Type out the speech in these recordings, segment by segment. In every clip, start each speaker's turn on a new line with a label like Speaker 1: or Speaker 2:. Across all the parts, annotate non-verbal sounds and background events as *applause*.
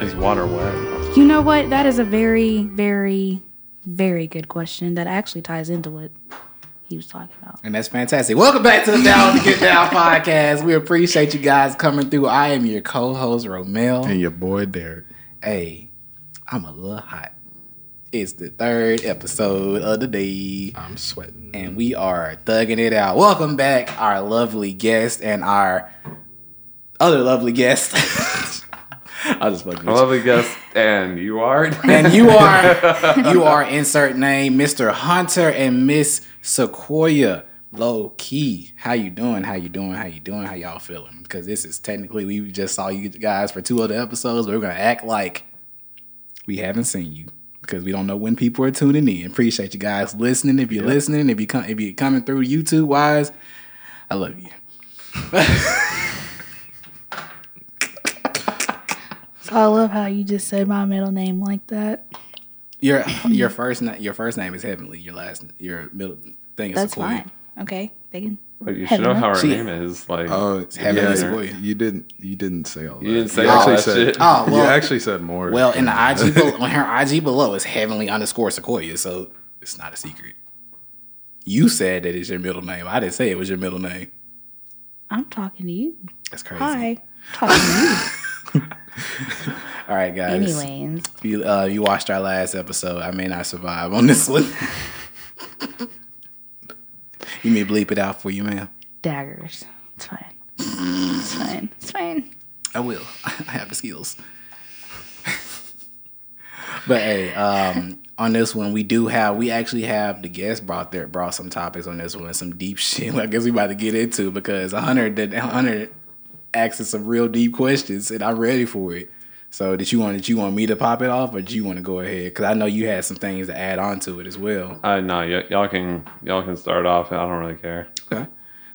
Speaker 1: Is water wet?
Speaker 2: You know what? That is a very, very, very good question that actually ties into what he was talking about.
Speaker 3: And that's fantastic. Welcome back to the Down to Get Down podcast. We appreciate you guys coming through. I am your co-host Romel.
Speaker 1: And your boy Derek.
Speaker 3: Hey, I'm a little hot. It's the third episode of the day,
Speaker 1: I'm sweating.
Speaker 3: and we are thugging it out. Welcome back, our lovely guest and our other lovely guest. *laughs* I'll just fuck
Speaker 4: I
Speaker 3: with you.
Speaker 4: love the guest, and you
Speaker 2: *laughs*
Speaker 4: are.
Speaker 3: And you are you are insert name, Mr. Hunter and Miss Sequoia. Low key, how you doing? How you doing? How you doing? How y'all feeling? Because this is technically we just saw you guys for two other episodes. But we're gonna act like we haven't seen you because we don't know when people are tuning in. Appreciate you guys listening. If you're listening, if you come, if you're coming through YouTube wise, I love you.
Speaker 2: So I love how you just said my middle name like that.
Speaker 3: Your your first na- your first name is Heavenly. Your last your middle thing is
Speaker 2: That's
Speaker 3: Sequoia.
Speaker 2: fine. Okay, they can.
Speaker 4: Like, you should
Speaker 2: Heaven,
Speaker 4: know how
Speaker 2: right?
Speaker 4: her
Speaker 3: She-
Speaker 4: name is. Like,
Speaker 1: Oh,
Speaker 3: It's
Speaker 1: yeah,
Speaker 3: heaven and
Speaker 1: you,
Speaker 3: Sequoia.
Speaker 1: *laughs* you didn't. You didn't say all that.
Speaker 4: didn't say all
Speaker 1: actually
Speaker 4: that
Speaker 1: said,
Speaker 4: shit.
Speaker 3: Oh,
Speaker 1: you
Speaker 3: well-
Speaker 1: actually said more.
Speaker 3: Well, in the IG be- *laughs* on her IG below is heavenly underscore Sequoia, so it's not a secret. You said that it's your middle name. I didn't say it was your middle name.
Speaker 2: I'm talking to you.
Speaker 3: That's crazy.
Speaker 2: Hi, talking to
Speaker 3: All right,
Speaker 2: you.
Speaker 3: guys.
Speaker 2: Anyways,
Speaker 3: if you uh, you watched our last episode, I may not survive on this one. *laughs* you may bleep it out for you, ma'am.
Speaker 2: daggers. It's fine. It's fine. It's fine.
Speaker 3: I will. *laughs* I have the skills. *laughs* but hey, um, on this one, we do have we actually have the guest brought there brought some topics on this one, some deep *laughs* shit. I guess we about to get into because Hunter did Hunter asked us some real deep questions, and I'm ready for it. So did you want did you want me to pop it off, or did you want to go ahead? Because I know you had some things to add on to it as well.
Speaker 4: I no, uh, y- y'all can y'all can start off. I don't really care.
Speaker 3: Okay.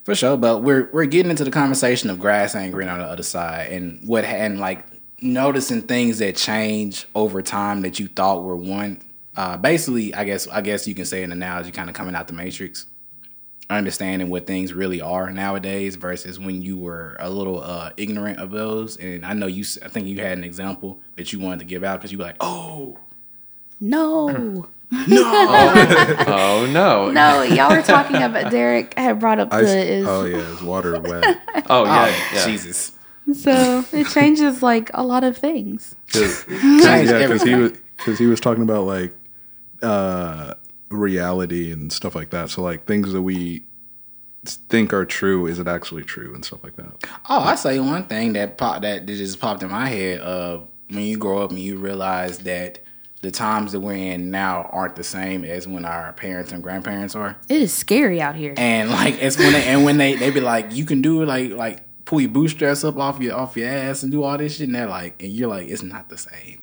Speaker 3: For sure, but we're we're getting into the conversation of grass ain't green on the other side, and what and like noticing things that change over time that you thought were one. Uh, basically, I guess I guess you can say an analogy, kind of coming out the matrix, understanding what things really are nowadays versus when you were a little uh, ignorant of those. And I know you, s- I think you had an example that you wanted to give out because you were like, oh,
Speaker 2: No,
Speaker 4: Oh no!
Speaker 2: *clears throat* *laughs* no, y'all were talking about Derek had brought up
Speaker 1: I,
Speaker 2: the is
Speaker 1: oh yeah, it's water wet.
Speaker 4: Oh yeah,
Speaker 3: oh,
Speaker 4: yeah.
Speaker 3: Jesus,
Speaker 2: so it changes like a lot of things.
Speaker 1: Cause,
Speaker 3: Changed
Speaker 1: yeah, because he
Speaker 3: everything.
Speaker 1: was because he was talking about like uh, reality and stuff like that. So like things that we think are true, is it actually true and stuff like that?
Speaker 3: Oh, I say one thing that pop that that just popped in my head of when you grow up and you realize that the times that we're in now aren't the same as when our parents and grandparents are.
Speaker 2: It is scary out here.
Speaker 3: And like it's when they, and when they they be like, you can do it like like pull your bootstraps up off your off your ass and do all this shit and they're like and you're like, it's not the same.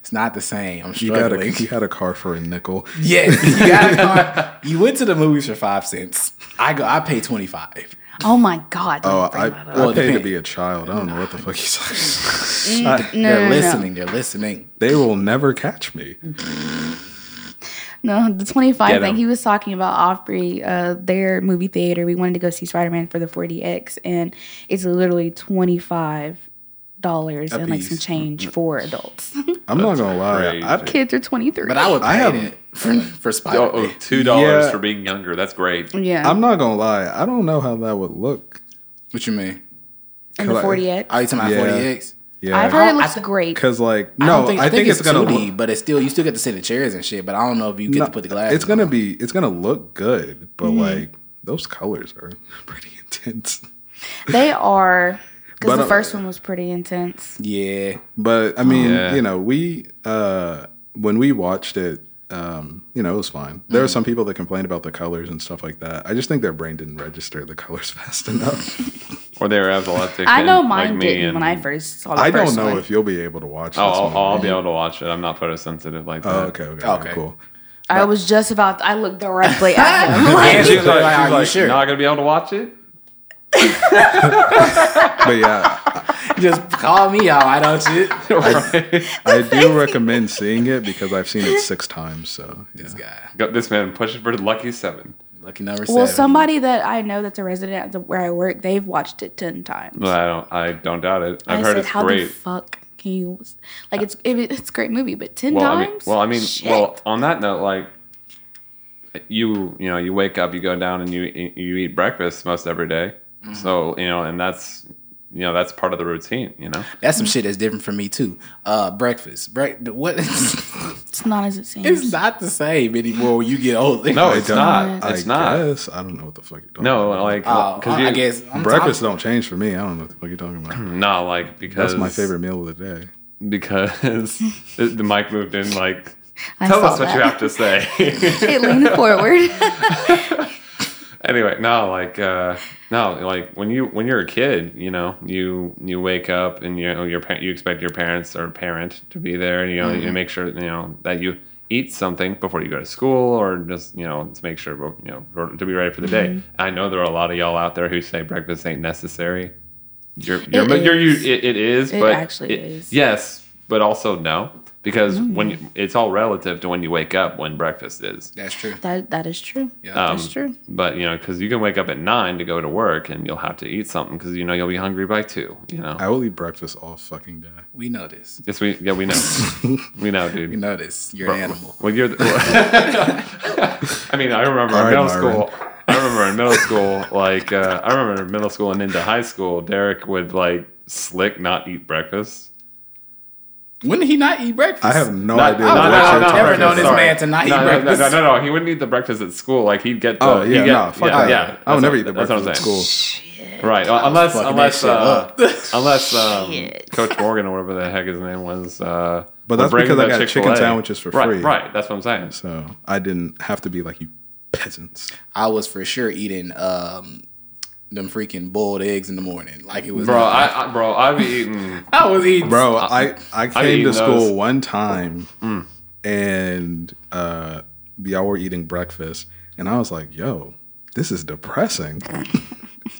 Speaker 3: It's not the same. I'm
Speaker 1: You got a
Speaker 3: struggling.
Speaker 1: you
Speaker 3: *laughs*
Speaker 1: had a car for a nickel.
Speaker 3: yes, you got a car. You went to the movies for five cents. I go I pay twenty five.
Speaker 2: Oh my god! don't
Speaker 1: Oh,
Speaker 2: bring
Speaker 1: I,
Speaker 2: that up.
Speaker 1: I
Speaker 3: Well, Mm, it
Speaker 1: paid to
Speaker 3: depend-
Speaker 1: be a child. I don't know what the fuck he's talking.
Speaker 2: no, no,
Speaker 3: they're
Speaker 2: no.
Speaker 3: listening, they're listening.
Speaker 1: They will never catch me.
Speaker 2: No, the 25
Speaker 4: Get
Speaker 2: thing
Speaker 4: 'em.
Speaker 2: he was talking about Osprey, uh, their movie theater. We wanted to go see Spider Man for the 40X, and it's literally $25 and like some
Speaker 3: piece.
Speaker 2: change
Speaker 1: Mm-hmm.
Speaker 2: for adults. *laughs*
Speaker 1: I'm not gonna lie.
Speaker 4: crazy.
Speaker 1: I,
Speaker 2: Kids are 23.
Speaker 3: But I would pay
Speaker 1: I have-
Speaker 3: it for, for Spider
Speaker 4: Oh,
Speaker 3: Man.
Speaker 4: oh, two dollars
Speaker 1: Yeah.
Speaker 4: for being younger. That's great.
Speaker 2: yeah.
Speaker 1: I'm not gonna lie. I don't know how that would look.
Speaker 3: What you mean?
Speaker 2: and the
Speaker 1: like-
Speaker 2: 40X.
Speaker 3: Are you talking about
Speaker 1: Yeah.
Speaker 3: 40X?
Speaker 2: I've
Speaker 1: Yeah,
Speaker 2: heard it
Speaker 3: I-
Speaker 2: looks
Speaker 3: I-
Speaker 2: great.
Speaker 1: because like
Speaker 3: I
Speaker 1: no,
Speaker 3: don't think, I think, it's,
Speaker 1: gonna
Speaker 3: 2D,
Speaker 1: look,
Speaker 3: but it's still you still get to sit in chairs and shit. But I don't know if you get to put the Mm-hmm. glasses.
Speaker 1: It's gonna
Speaker 3: on.
Speaker 1: be it's gonna look good, but like those colors are *laughs* pretty intense.
Speaker 2: They are,
Speaker 1: But,
Speaker 2: because the
Speaker 1: uh,
Speaker 2: first one was pretty intense.
Speaker 3: yeah.
Speaker 1: But I mean,
Speaker 4: Yeah.
Speaker 1: you know, we uh when we watched it, um, you know, it was fine. There were
Speaker 3: Mm-hmm.
Speaker 1: some people that complained about the colors and stuff like that. I just think their brain didn't register the *laughs* colors
Speaker 3: *laughs*
Speaker 1: fast enough.
Speaker 4: Or they were epileptic.
Speaker 2: I
Speaker 4: and-
Speaker 2: know
Speaker 4: like
Speaker 2: mine
Speaker 4: me,
Speaker 2: didn't when
Speaker 4: and-
Speaker 2: I first saw the
Speaker 1: I don't
Speaker 2: first
Speaker 1: know
Speaker 2: one.
Speaker 1: if you'll be able to watch.
Speaker 4: Oh,
Speaker 1: this
Speaker 4: I'll,
Speaker 1: one.
Speaker 4: I'll be able to watch it. I'm not photosensitive like that.
Speaker 1: Oh, okay, okay,
Speaker 3: Okay.
Speaker 1: okay, cool.
Speaker 2: I was just about, I looked directly
Speaker 1: *laughs*
Speaker 2: at him.
Speaker 3: And
Speaker 2: Like,
Speaker 4: She's like,
Speaker 3: Are
Speaker 4: she's
Speaker 3: you
Speaker 4: like
Speaker 3: sure?
Speaker 4: not gonna be able to watch it.
Speaker 3: *laughs*
Speaker 1: But yeah,
Speaker 3: Just call me out. I don't shit.
Speaker 1: *laughs* I do recommend seeing it because I've seen it six times. So yeah.
Speaker 3: This guy,
Speaker 4: Got this man pushing for lucky seven.
Speaker 3: lucky number
Speaker 2: well,
Speaker 3: seven.
Speaker 2: somebody that I know that's a resident at the, where I work, they've watched it 10 times.
Speaker 4: Well, I don't. I don't doubt it. I've
Speaker 2: I
Speaker 4: heard
Speaker 2: said,
Speaker 4: it's
Speaker 2: how the
Speaker 4: great.
Speaker 2: fuck Can you like it's it, it's a great movie, but ten
Speaker 4: well, I
Speaker 2: times?
Speaker 4: mean, well, I mean,
Speaker 2: Shit.
Speaker 4: well, on that note, like you, you know, you wake up, you go down, and you you eat breakfast most every day.
Speaker 1: Mm-hmm.
Speaker 4: So you know, and that's you know that's part of the routine. You know,
Speaker 3: That's some shit that's different for me too. Uh, breakfast, Bre- what? *laughs*
Speaker 2: it's not as it seems.
Speaker 3: it's not the same anymore when you get older.
Speaker 4: no,
Speaker 1: I
Speaker 4: Oh, it's
Speaker 1: don't-
Speaker 4: not. It's
Speaker 1: I
Speaker 4: not.
Speaker 1: Guess. I don't know what the fuck you're talking
Speaker 4: No,
Speaker 1: about.
Speaker 4: like
Speaker 3: Oh,
Speaker 4: because
Speaker 3: I,
Speaker 4: you
Speaker 3: I guess I'm
Speaker 1: breakfast
Speaker 3: talking-
Speaker 1: don't change for me. I don't know what the fuck you're talking
Speaker 4: *clears throat*
Speaker 1: about.
Speaker 4: no, like because
Speaker 1: That's my favorite meal of the day.
Speaker 4: because *laughs* the the mic moved in. Like,
Speaker 2: I
Speaker 4: tell
Speaker 2: saw
Speaker 4: us what
Speaker 2: that.
Speaker 4: you have to
Speaker 2: *laughs*
Speaker 4: say.
Speaker 2: It
Speaker 4: *laughs*
Speaker 2: leaned forward. *laughs*
Speaker 4: anyway no like uh no like when you when you're a kid you know you you wake up and you know your pa- you expect your parents or parent to be there and you know
Speaker 2: Mm-hmm.
Speaker 4: you make sure you know that you eat something before you go to school or just you know to make sure you know for, to be ready for the
Speaker 2: Mm-hmm.
Speaker 4: day i know there are a lot of y'all out there who say breakfast ain't necessary you're you're,
Speaker 2: It
Speaker 4: you're you
Speaker 2: is.
Speaker 4: it, it is
Speaker 2: It
Speaker 4: but
Speaker 2: actually
Speaker 4: is.
Speaker 2: is. Mm-hmm.
Speaker 4: yes but also no because when you, it's all relative to when you wake up when breakfast is
Speaker 3: That's true.
Speaker 2: that that is true.
Speaker 3: Yeah.
Speaker 2: That's true.
Speaker 4: Um, but you know, because you can wake up at nine to go to work, and you'll have to eat something because you know you'll be hungry by two. You know,
Speaker 1: I will eat breakfast all fucking day.
Speaker 3: We know this.
Speaker 4: yes, we yeah we *laughs* know, we know, dude.
Speaker 3: We know this. You're an animal.
Speaker 4: Well, you're. The, *laughs* I mean, I remember in
Speaker 1: All right,
Speaker 4: middle
Speaker 1: Marvin.
Speaker 4: school. I remember in middle school, like uh, I remember in middle school and into high school, Derek would like slick not eat breakfast.
Speaker 3: When did he not eat breakfast?
Speaker 1: I have no
Speaker 4: Not-
Speaker 1: idea.
Speaker 4: no,
Speaker 1: what
Speaker 4: no, no,
Speaker 1: you're
Speaker 4: no,
Speaker 1: talking
Speaker 3: Never
Speaker 4: breakfast,
Speaker 3: known this
Speaker 1: about.
Speaker 4: sorry.
Speaker 3: man to not eat
Speaker 4: No, no, no,
Speaker 3: breakfast.
Speaker 4: no, no, no, He wouldn't eat the breakfast at school. Like he'd get. The,
Speaker 1: Oh
Speaker 4: he'd
Speaker 1: yeah,
Speaker 4: get-
Speaker 1: no, fuck
Speaker 4: yeah,
Speaker 1: I,
Speaker 4: yeah.
Speaker 1: I
Speaker 4: That's
Speaker 1: would never
Speaker 4: what-
Speaker 1: eat the
Speaker 4: that's what I'm
Speaker 1: breakfast at
Speaker 4: saying.
Speaker 1: school.
Speaker 4: Right. uh, unless
Speaker 3: fucking
Speaker 4: unless
Speaker 3: that shit
Speaker 4: uh,
Speaker 3: up.
Speaker 1: *laughs*
Speaker 4: unless um,
Speaker 2: Shit.
Speaker 4: Coach Morgan or whatever the heck his name was. Uh,
Speaker 1: But
Speaker 4: would
Speaker 1: that's
Speaker 4: bring
Speaker 1: because I
Speaker 4: the
Speaker 1: got chicken
Speaker 4: Chick-fil-A.
Speaker 1: sandwiches for
Speaker 4: right,
Speaker 1: free.
Speaker 4: Right. That's what I'm saying.
Speaker 1: So I didn't have to be like you peasants.
Speaker 3: I was for sure eating um, them freaking boiled eggs in the morning. Like it was.
Speaker 4: Bro, I, I bro, I've
Speaker 1: *laughs*
Speaker 4: eaten.
Speaker 3: I was eating.
Speaker 1: Bro, I, I came
Speaker 4: eaten
Speaker 1: to school
Speaker 4: those. Mm.
Speaker 1: one time and uh, y'all were eating breakfast, and I was like, yo, this is depressing. *laughs*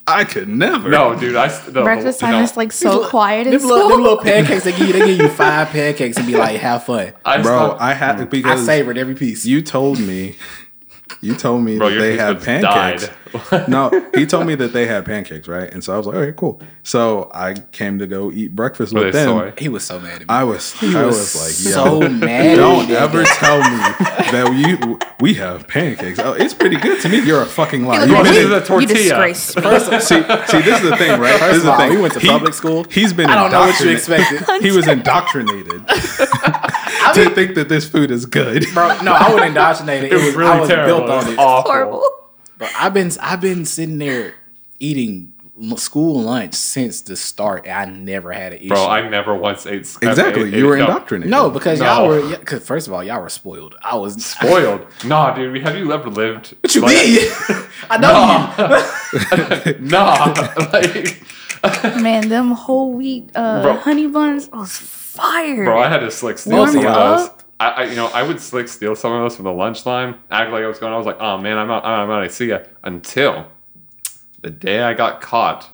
Speaker 1: I could never.
Speaker 4: No, dude, I s- the,
Speaker 2: Breakfast
Speaker 4: the,
Speaker 2: time
Speaker 4: no,
Speaker 2: is like so quiet in
Speaker 3: Them little, them
Speaker 2: school.
Speaker 3: little *laughs* pancakes they give you, they give you five pancakes and be like, have fun. I,
Speaker 4: I
Speaker 1: Bro,
Speaker 4: bro.
Speaker 1: I had to because
Speaker 3: savored every piece.
Speaker 1: you told me, you told me
Speaker 4: Bro,
Speaker 1: that
Speaker 4: your
Speaker 1: they
Speaker 4: piece
Speaker 1: had
Speaker 4: was
Speaker 1: pancakes. *laughs*
Speaker 4: *laughs* died.
Speaker 1: no, he told me that they had pancakes, right? And so I was like, okay, cool. So I came to go eat breakfast
Speaker 4: Were
Speaker 1: with
Speaker 4: they
Speaker 1: them.
Speaker 4: soy?
Speaker 3: he was so mad at me.
Speaker 1: I was, I was, like, yo,
Speaker 3: so mad.
Speaker 1: Don't ever tell me that you we have pancakes. Oh, it's pretty good to me. You're a fucking liar.
Speaker 4: You
Speaker 1: You
Speaker 4: want me to do
Speaker 1: been
Speaker 4: the *laughs*
Speaker 2: You
Speaker 4: tortilla?
Speaker 2: disgrace me.
Speaker 1: in, see, see, this is the thing, right? This is the
Speaker 3: of all,
Speaker 1: thing.
Speaker 3: we went to public school.
Speaker 1: He's been.
Speaker 3: I don't know what you
Speaker 1: indoctrinated-
Speaker 3: expected.
Speaker 1: *laughs* He
Speaker 3: *laughs*
Speaker 1: was indoctrinated to think that this food is good.
Speaker 4: *laughs*
Speaker 3: Bro, no, I wasn't indoctrinated.
Speaker 4: It was really
Speaker 3: I was
Speaker 4: terrible.
Speaker 3: built on it.
Speaker 4: awful.
Speaker 2: Horrible.
Speaker 3: Bro, I've been I've been sitting there eating l- school lunch since the start. and I never had an issue.
Speaker 4: Bro, I never once ate. s-
Speaker 1: Exactly.
Speaker 4: ate-
Speaker 1: you were
Speaker 4: ate- no,
Speaker 1: indoctrinated.
Speaker 3: no, because
Speaker 4: No.
Speaker 3: y'all were. Because first of all, y'all were spoiled. I was
Speaker 4: Spoiled. Nah, dude. Have you ever lived?
Speaker 3: *laughs* What you
Speaker 4: like-
Speaker 3: mean? *laughs* I know you.
Speaker 4: *laughs* Nah. Like,
Speaker 2: *laughs* Man, them whole wheat uh,
Speaker 4: Bro.
Speaker 2: honey buns was fire.
Speaker 4: Bro, I had to slick steal
Speaker 2: Warm
Speaker 4: some of
Speaker 2: you
Speaker 4: those.
Speaker 2: up?
Speaker 4: I, I, you know, I would slick steal some of those from the lunch line. Act like I was going. I was like, oh man, I'm out. I'm out. I see ya. Until the day I got caught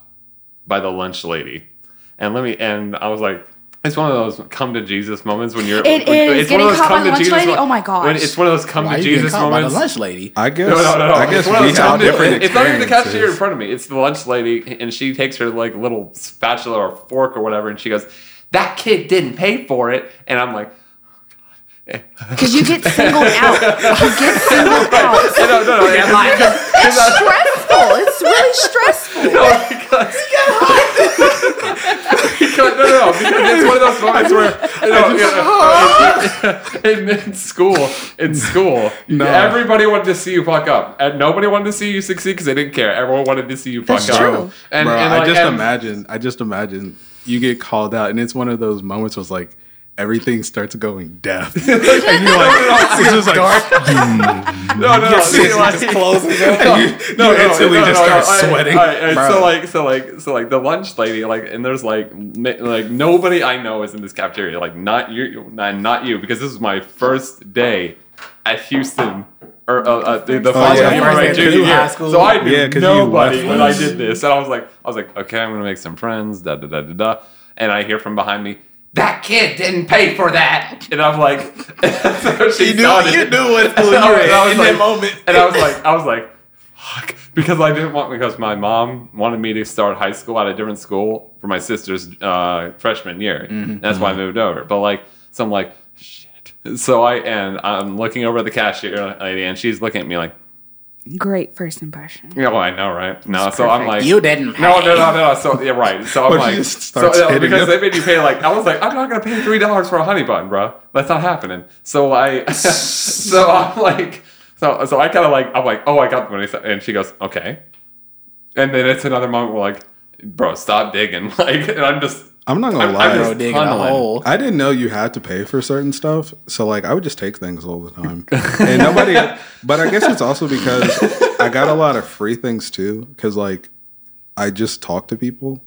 Speaker 4: by the lunch lady, and let me. And I was like, it's one of those come to Jesus moments when you're.
Speaker 2: It
Speaker 4: when-
Speaker 2: is. Getting caught by the lunch lady?
Speaker 4: mo-
Speaker 2: Oh my gosh.
Speaker 4: When it's one of those come
Speaker 3: Why
Speaker 4: to
Speaker 3: you getting
Speaker 4: Jesus
Speaker 3: caught by the
Speaker 4: moments.
Speaker 3: lunch lady?
Speaker 1: I guess.
Speaker 4: No, no, no.
Speaker 1: I
Speaker 4: it's,
Speaker 1: guess
Speaker 4: one of
Speaker 1: we
Speaker 4: those
Speaker 1: have
Speaker 4: come to-
Speaker 1: different
Speaker 4: it's not even the
Speaker 1: experiences.
Speaker 4: cashier in front of me. It's the lunch lady, and she takes her like little spatula or fork or whatever, and she goes, "That kid didn't pay for it," and I'm like.
Speaker 2: Because you get
Speaker 4: *laughs*
Speaker 2: singled out. You get singled out.
Speaker 4: no,
Speaker 1: *laughs*
Speaker 4: no, no. It's like,
Speaker 2: It's
Speaker 4: *laughs*
Speaker 2: stressful. It's really stressful.
Speaker 4: no, because, because, no, no, no, because it's one of
Speaker 1: *laughs*
Speaker 4: those moments where no, yeah, in, in school, in school, everybody wanted to see you fuck up, and nobody wanted to see you succeed because they didn't care. Everyone wanted to see you fuck
Speaker 2: That's
Speaker 4: up.
Speaker 2: true.
Speaker 4: And,
Speaker 1: Bro,
Speaker 4: and
Speaker 1: I
Speaker 4: like, um,
Speaker 1: just
Speaker 4: and-
Speaker 1: imagine. I just imagine you get called out, and it's one of those moments was like everything starts going deaf, *laughs*
Speaker 4: *laughs*
Speaker 1: and you're like, it's just like,
Speaker 4: No,
Speaker 1: *laughs*
Speaker 4: no, no. see, like- *laughs*
Speaker 1: you, you instantly just start sweating.
Speaker 4: All right, all right,
Speaker 1: Bro.
Speaker 4: So like, so like, so like the lunch lady, like, and there's like, n- like nobody I know is in this cafeteria. Like, not you, not not you, because this was my first day at Houston. Or uh, uh, the, the
Speaker 1: Oh,
Speaker 4: fall
Speaker 1: yeah,
Speaker 4: year,
Speaker 1: first
Speaker 4: my
Speaker 1: day
Speaker 4: junior
Speaker 1: through
Speaker 4: year.
Speaker 3: high school.
Speaker 4: So I knew
Speaker 1: Yeah, 'cause you
Speaker 4: nobody
Speaker 1: left
Speaker 4: when I
Speaker 1: us.
Speaker 4: did this, and I was like, I was like, okay, I'm gonna make some friends, da da da da da, and I hear from behind me, that kid didn't pay for that, and I'm like, *laughs* so she
Speaker 3: You knew
Speaker 4: saw
Speaker 3: you
Speaker 4: it.
Speaker 3: knew what
Speaker 4: *laughs* And
Speaker 3: you
Speaker 4: I
Speaker 3: were
Speaker 4: was- I was
Speaker 3: in that
Speaker 4: like-
Speaker 3: moment.
Speaker 4: And I was like, I was like, fuck because I didn't want because my mom wanted me to start high school at a different school for my sister's uh, freshman year. That's why I moved over. But like, so I'm like, shit. So I and I'm looking over at the cashier lady, and she's looking at me like,
Speaker 2: Great first impression.
Speaker 4: yeah, well, I know, right? No, so I'm
Speaker 2: perfect.
Speaker 4: like,
Speaker 3: You didn't.
Speaker 4: no,
Speaker 3: pay.
Speaker 4: no, no, no. So yeah, right. So I'm
Speaker 1: Or she
Speaker 4: like,
Speaker 1: just starts
Speaker 4: so, no,
Speaker 1: hitting
Speaker 4: because they
Speaker 1: him.
Speaker 4: made you pay like I was like, I'm not gonna pay three dollars for a honey bun, bro. That's not happening. So I, *laughs* so I'm like, so so I kind of like I'm like, oh, I got the money, and she goes, okay, and then it's another moment where like, bro, stop digging, *laughs* like, and I'm just.
Speaker 1: I'm not gonna
Speaker 4: I'm-
Speaker 1: lie.
Speaker 4: I'm
Speaker 1: i
Speaker 3: Bro,
Speaker 4: just-
Speaker 3: digging a
Speaker 4: tunneling.
Speaker 3: hole.
Speaker 1: didn't know you had to pay for certain stuff, so like I would just take things all the
Speaker 4: *laughs*
Speaker 1: time, and nobody. But I guess it's also because I got a lot of free things too, because like I just talk to people,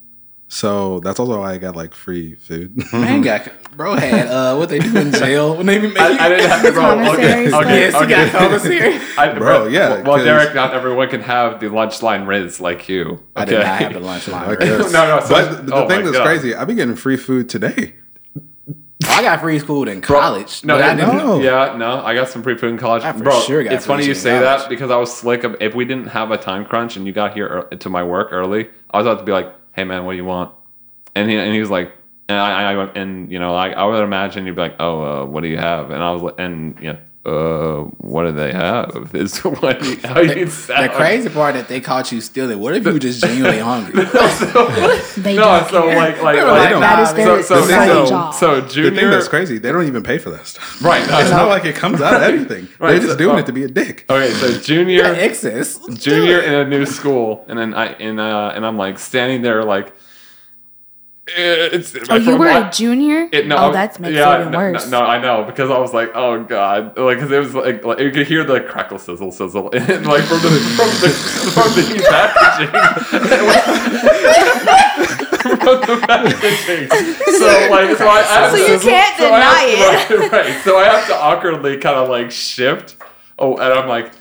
Speaker 1: so that's also why I got like free food. *laughs*
Speaker 3: Man got bro had uh, what they do
Speaker 4: *laughs*
Speaker 3: in jail when they be making.
Speaker 4: I, I didn't have to bro, okay,
Speaker 2: Commissary
Speaker 4: okay,
Speaker 3: yes,
Speaker 4: okay.
Speaker 3: you got commissary.
Speaker 4: *laughs* I,
Speaker 1: Bro, yeah,
Speaker 4: Well, well,
Speaker 1: 'cause-
Speaker 4: Derek, not everyone can have the lunch line Riz like you. Okay?
Speaker 3: I did
Speaker 4: *laughs*
Speaker 3: not have the lunch line.
Speaker 1: I
Speaker 3: bro.
Speaker 1: guess.
Speaker 4: No, no, so-
Speaker 1: but the
Speaker 4: oh my
Speaker 1: thing that's
Speaker 4: God.
Speaker 1: crazy, I've been getting free food today.
Speaker 3: I got free school in college.
Speaker 4: No,
Speaker 3: but I
Speaker 4: that-
Speaker 3: didn't.
Speaker 1: know.
Speaker 4: Yeah, no, I got some free food in college.
Speaker 3: I for
Speaker 4: Bro,
Speaker 3: sure got
Speaker 4: it's
Speaker 3: free
Speaker 4: funny you
Speaker 3: food in
Speaker 4: say
Speaker 3: college.
Speaker 4: that because I was slick. If we didn't have a time crunch and you got here ear- to my work early, I was about to be like, "Hey, man, what do you want?" And he, and he was like, and I, I went, and you know, I, I would imagine you'd be like, "Oh, uh, what do you have?" And I was like, and you know. Uh, what do they have? *laughs* Is what you- how you
Speaker 3: The
Speaker 4: sound. *laughs*
Speaker 3: crazy part that they caught you stealing. What if you were just genuinely
Speaker 2: They
Speaker 3: hungry?
Speaker 4: No,
Speaker 2: don't
Speaker 4: so
Speaker 2: care.
Speaker 4: like, like,
Speaker 3: They were
Speaker 4: like
Speaker 1: like,
Speaker 2: that is
Speaker 3: nah,
Speaker 2: their
Speaker 4: so, so,
Speaker 1: side
Speaker 4: so,
Speaker 2: job.
Speaker 4: so,
Speaker 1: The thing
Speaker 4: junior,
Speaker 1: that's crazy, they don't even pay for that stuff.
Speaker 4: right? no,
Speaker 1: *laughs* It's
Speaker 4: no.
Speaker 1: not like it comes out of anything. They're
Speaker 4: Right,
Speaker 1: just
Speaker 4: so-
Speaker 1: doing
Speaker 4: oh.
Speaker 1: it to be a dick.
Speaker 4: okay, so junior,
Speaker 3: Excess.
Speaker 4: junior in a new school, and then I and uh and I'm like standing there like, eh, it's
Speaker 2: Oh, you were a junior?
Speaker 4: It, no,
Speaker 2: oh,
Speaker 4: I-
Speaker 2: that makes
Speaker 4: yeah,
Speaker 2: it even
Speaker 4: no,
Speaker 2: worse.
Speaker 4: No, no, I know because I was like, oh god, like because it was like, like you could hear the crackle sizzle sizzle, *laughs* and like from the from the from
Speaker 2: *laughs*
Speaker 4: the packaging. *laughs* From the packaging. So like, so I, I have
Speaker 2: So you
Speaker 4: to-
Speaker 2: can't
Speaker 4: so I
Speaker 2: deny
Speaker 4: have to- Right, right. So I have to awkwardly kind of like shift. Oh, and I'm like,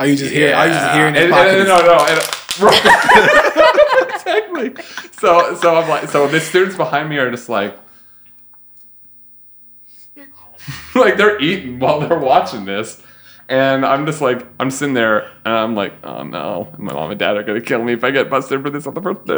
Speaker 3: Are you just hearing? Are you just hearing?
Speaker 4: and,
Speaker 3: the
Speaker 4: and-
Speaker 3: pockets?
Speaker 4: and- no, no, and, right. *laughs* exactly. So, so I'm like, so the students behind me are just like, *laughs* like they're eating while they're watching this, and I'm just like, I'm sitting there, and I'm like, oh no, my mom and dad are gonna kill me if I get busted for this on the first day.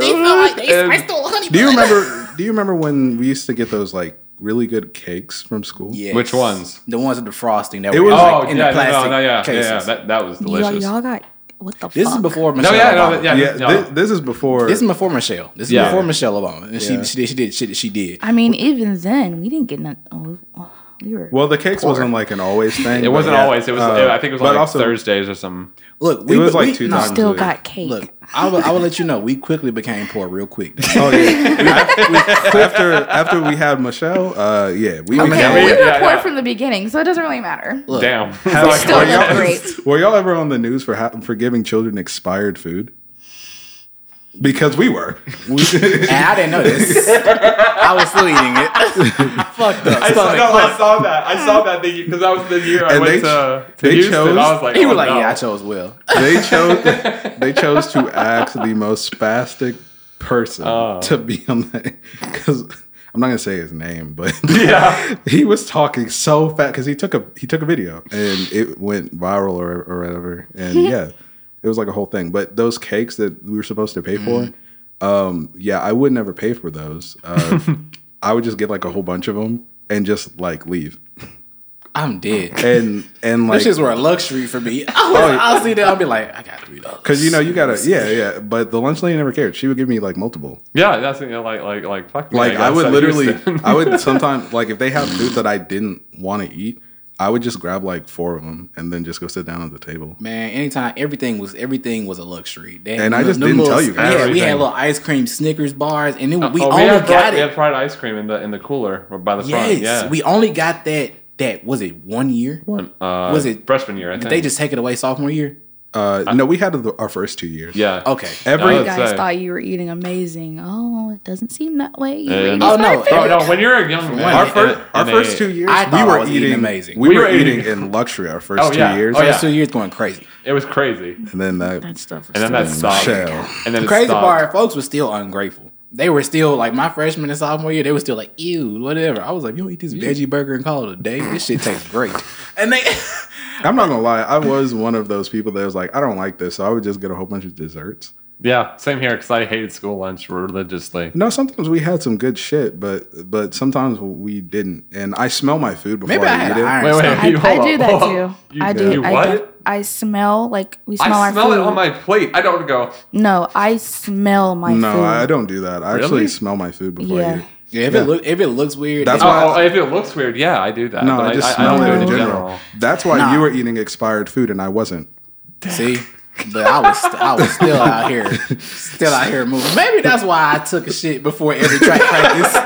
Speaker 4: And-
Speaker 1: Do you remember? Do you remember when we used to get those like really good cakes from school?
Speaker 3: Yes.
Speaker 4: Which ones?
Speaker 3: The ones with the frosting that
Speaker 1: It
Speaker 3: were
Speaker 1: was-
Speaker 4: oh
Speaker 3: like, in
Speaker 4: yeah,
Speaker 3: the plastic
Speaker 4: no, no, yeah, yeah,
Speaker 3: cases.
Speaker 4: yeah, that, that was
Speaker 2: y'all,
Speaker 4: delicious.
Speaker 2: y'all got what the
Speaker 3: This
Speaker 2: fuck?
Speaker 3: is before
Speaker 4: no,
Speaker 3: Michelle.
Speaker 4: yeah,
Speaker 3: Obama.
Speaker 4: no, yeah,
Speaker 1: Yeah,
Speaker 4: no.
Speaker 1: thi- this is before.
Speaker 3: This is before Michelle. This is
Speaker 4: Yeah.
Speaker 3: before Michelle Obama, and
Speaker 1: Yeah.
Speaker 3: she she did she did shit that she did.
Speaker 2: I mean, even then, we didn't get none. Oh, oh, we were.
Speaker 1: well, the cakes wasn't like an always thing.
Speaker 4: It
Speaker 1: but
Speaker 4: wasn't
Speaker 1: yeah,
Speaker 4: always. It was.
Speaker 1: uh,
Speaker 4: I think it was
Speaker 1: but
Speaker 4: like
Speaker 1: also-
Speaker 4: Thursdays or something.
Speaker 3: Look, we
Speaker 1: was
Speaker 3: we-
Speaker 1: like two
Speaker 3: no,
Speaker 1: times.
Speaker 2: still got cake.
Speaker 3: Look, I will I will let you know. We quickly became poor real quick.
Speaker 1: *laughs*
Speaker 4: *laughs*
Speaker 1: Oh yeah. after after we had Michelle, uh, yeah, we
Speaker 2: okay,
Speaker 1: became-
Speaker 4: we-
Speaker 2: we were
Speaker 4: yeah,
Speaker 2: poor
Speaker 4: yeah.
Speaker 2: from the beginning, so it doesn't really matter.
Speaker 3: Look,
Speaker 4: Damn. *laughs*
Speaker 1: Have-
Speaker 2: still
Speaker 1: were,
Speaker 2: not
Speaker 1: y'all,
Speaker 2: great.
Speaker 1: *laughs* were y'all ever on the news for ha- for giving children expired food? Because we were. We-
Speaker 3: and I didn't know
Speaker 1: *laughs*
Speaker 3: this. I was still eating it. Fuck the
Speaker 4: I saw,
Speaker 3: stomach.
Speaker 4: no, I saw that. I saw that thing because that was the year I
Speaker 1: And
Speaker 4: went
Speaker 1: they
Speaker 4: to,
Speaker 1: ch-
Speaker 4: to
Speaker 1: they
Speaker 4: Houston.
Speaker 1: chose-
Speaker 4: I was like,
Speaker 3: He
Speaker 4: oh,
Speaker 3: was like,
Speaker 4: no.
Speaker 3: "Yeah, I chose well."
Speaker 1: they chose they chose to ask the most spastic person to be on that because I'm not gonna say his name, but
Speaker 4: Yeah.
Speaker 1: he was talking so fat because he took a he took a video and it went viral or, or whatever, and yeah, it was like a whole thing. But those cakes that we were supposed to pay for, um, yeah, I would never pay for those. Uh, I would just get like a whole bunch of them and just like leave
Speaker 3: I'm dead.
Speaker 1: and and like Oh,
Speaker 3: This is where luxury for me. *laughs* I was, I'll see that. I'll be like, I got three dollars.
Speaker 1: Cause you know you gotta yeah yeah, but the lunch lady never cared. She would give me like multiple.
Speaker 4: Yeah, that's you know, like, like, like, fuck.
Speaker 1: Like
Speaker 4: yeah,
Speaker 1: I would
Speaker 4: guess
Speaker 1: literally,
Speaker 3: *laughs*
Speaker 4: Houston. *laughs*
Speaker 1: I would sometimes like if they have food that I didn't want to eat, I would just grab like four of them and then just go sit down at the table.
Speaker 3: Man, anytime everything was everything was a luxury. They had
Speaker 1: And I
Speaker 3: them-
Speaker 1: just
Speaker 3: them
Speaker 1: didn't
Speaker 3: little-
Speaker 1: tell you guys.
Speaker 3: Yeah, we
Speaker 4: Everything.
Speaker 3: had little ice cream Snickers bars, and then we
Speaker 4: Oh,
Speaker 3: only
Speaker 4: had fried,
Speaker 3: got
Speaker 4: we had
Speaker 3: it.
Speaker 4: fried ice cream in the in the cooler or by the front.
Speaker 3: Yes,
Speaker 4: Yeah.
Speaker 3: we only got that. That was it. One year.
Speaker 4: One, uh,
Speaker 3: Was it-
Speaker 4: freshman year? I
Speaker 3: Did
Speaker 4: think
Speaker 3: they just take it away sophomore year?
Speaker 1: Uh, no, we had the, our first two years.
Speaker 4: Yeah.
Speaker 3: Okay.
Speaker 1: every
Speaker 2: You
Speaker 4: I'd
Speaker 2: guys
Speaker 4: say.
Speaker 2: thought you were eating amazing. Oh, it doesn't seem that way. You
Speaker 4: Yeah.
Speaker 2: were eating
Speaker 3: Oh,
Speaker 2: my
Speaker 3: no.
Speaker 2: food.
Speaker 4: Oh, no, when you're a young one,
Speaker 1: our
Speaker 4: in-
Speaker 1: first our
Speaker 4: in a-
Speaker 1: first two years,
Speaker 3: I
Speaker 1: we
Speaker 3: thought
Speaker 1: were
Speaker 3: I was eating
Speaker 1: eating,
Speaker 3: amazing.
Speaker 1: We,
Speaker 4: We
Speaker 1: were,
Speaker 4: were
Speaker 1: eating
Speaker 4: eating- *laughs*
Speaker 1: in luxury our first
Speaker 4: Oh,
Speaker 1: two
Speaker 4: yeah.
Speaker 1: years.
Speaker 4: Oh, yeah.
Speaker 3: First two years going crazy.
Speaker 4: It was crazy,
Speaker 1: and then that
Speaker 2: That stuff was
Speaker 4: and then that
Speaker 2: so-
Speaker 4: stopped.
Speaker 1: Shell.
Speaker 4: And then it
Speaker 3: Crazy
Speaker 4: stopped.
Speaker 3: part, folks were still ungrateful. they were still like my freshman and sophomore year, they were still like, ew, whatever. I was like, you don't eat this veggie burger and call it a day. This shit tastes
Speaker 4: *laughs*
Speaker 3: great. And they *laughs*
Speaker 1: I'm not gonna lie, I was one of those people that was like, I don't like this, so I would just get a whole bunch of desserts.
Speaker 4: Yeah, same here because I hated school lunch religiously.
Speaker 1: No, sometimes we had some good shit, but but sometimes we didn't. And I smell my food before
Speaker 3: Maybe I
Speaker 1: I,
Speaker 3: had
Speaker 1: eat
Speaker 3: an
Speaker 1: it.
Speaker 3: iron
Speaker 4: Wait, wait,
Speaker 3: stomach.
Speaker 2: I,
Speaker 4: *laughs* You- hold
Speaker 2: I do
Speaker 4: on,
Speaker 2: that
Speaker 4: hold
Speaker 2: too.
Speaker 4: on.
Speaker 2: I do.
Speaker 4: You
Speaker 2: I,
Speaker 4: what?
Speaker 2: don't- I smell like we smell
Speaker 4: I
Speaker 2: our
Speaker 4: smell
Speaker 2: food.
Speaker 4: it on my plate. I don't go.
Speaker 2: no, I smell my
Speaker 1: No,
Speaker 2: food.
Speaker 1: I don't do that. I
Speaker 4: Really?
Speaker 1: actually smell my food before I
Speaker 2: Yeah.
Speaker 1: eat it.
Speaker 3: Yeah, if
Speaker 1: Yeah.
Speaker 3: it look if it looks weird,
Speaker 1: That's
Speaker 3: it-
Speaker 1: why-
Speaker 4: Oh, if it looks weird, yeah, I do that.
Speaker 1: No,
Speaker 4: Uh, but
Speaker 1: I just
Speaker 4: I
Speaker 1: smell
Speaker 4: don't
Speaker 1: it
Speaker 4: do
Speaker 1: in general. That's why
Speaker 3: Nah.
Speaker 1: you were eating expired food and I wasn't.
Speaker 3: See, but I was I was still out here, still out here moving. Maybe that's why I took a shit before every track practice.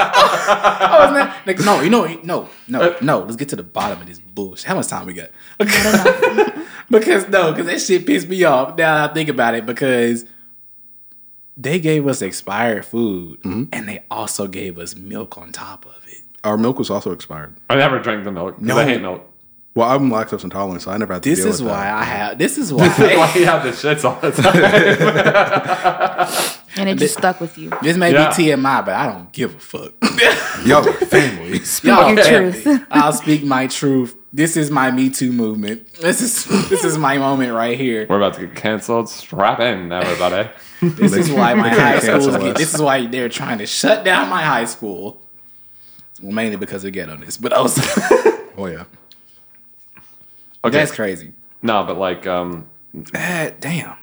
Speaker 3: *laughs* I was not, like, no, you know, no, no, no. Let's get to the bottom of this bullshit. How much time we got? because no, because that shit pissed me off. Now that I think about it, because they gave us expired food and they also gave us milk on top of it.
Speaker 1: Our milk was also expired.
Speaker 4: I never drank the milk because
Speaker 3: No.
Speaker 4: I hate milk. *laughs*
Speaker 1: Well, I'm lactose intolerant, so I never had to
Speaker 3: This
Speaker 1: deal
Speaker 3: is
Speaker 1: with
Speaker 3: why
Speaker 1: that.
Speaker 3: I have. This is why.
Speaker 4: That's why you have the shits all the
Speaker 1: *laughs*
Speaker 4: time.
Speaker 2: and it just stuck with you.
Speaker 3: this may
Speaker 4: Yeah.
Speaker 3: be TMI, but I don't give a fuck.
Speaker 1: Y'all are family.
Speaker 2: Speak
Speaker 3: Y'all
Speaker 2: your
Speaker 3: family.
Speaker 2: *laughs* truth.
Speaker 3: I'll speak my truth. This is my Me Too movement. This is this is my moment right here.
Speaker 4: We're about to get canceled. Strap in, everybody.
Speaker 3: This is why my
Speaker 1: *laughs* They can't
Speaker 3: high school.
Speaker 1: cancel us.
Speaker 3: This is why they're trying to shut down my high school. Well, mainly because of ghetto this, but also
Speaker 1: Oh yeah.
Speaker 4: Okay.
Speaker 3: *laughs* that's crazy.
Speaker 4: no, but like, um,
Speaker 3: Ah, damn.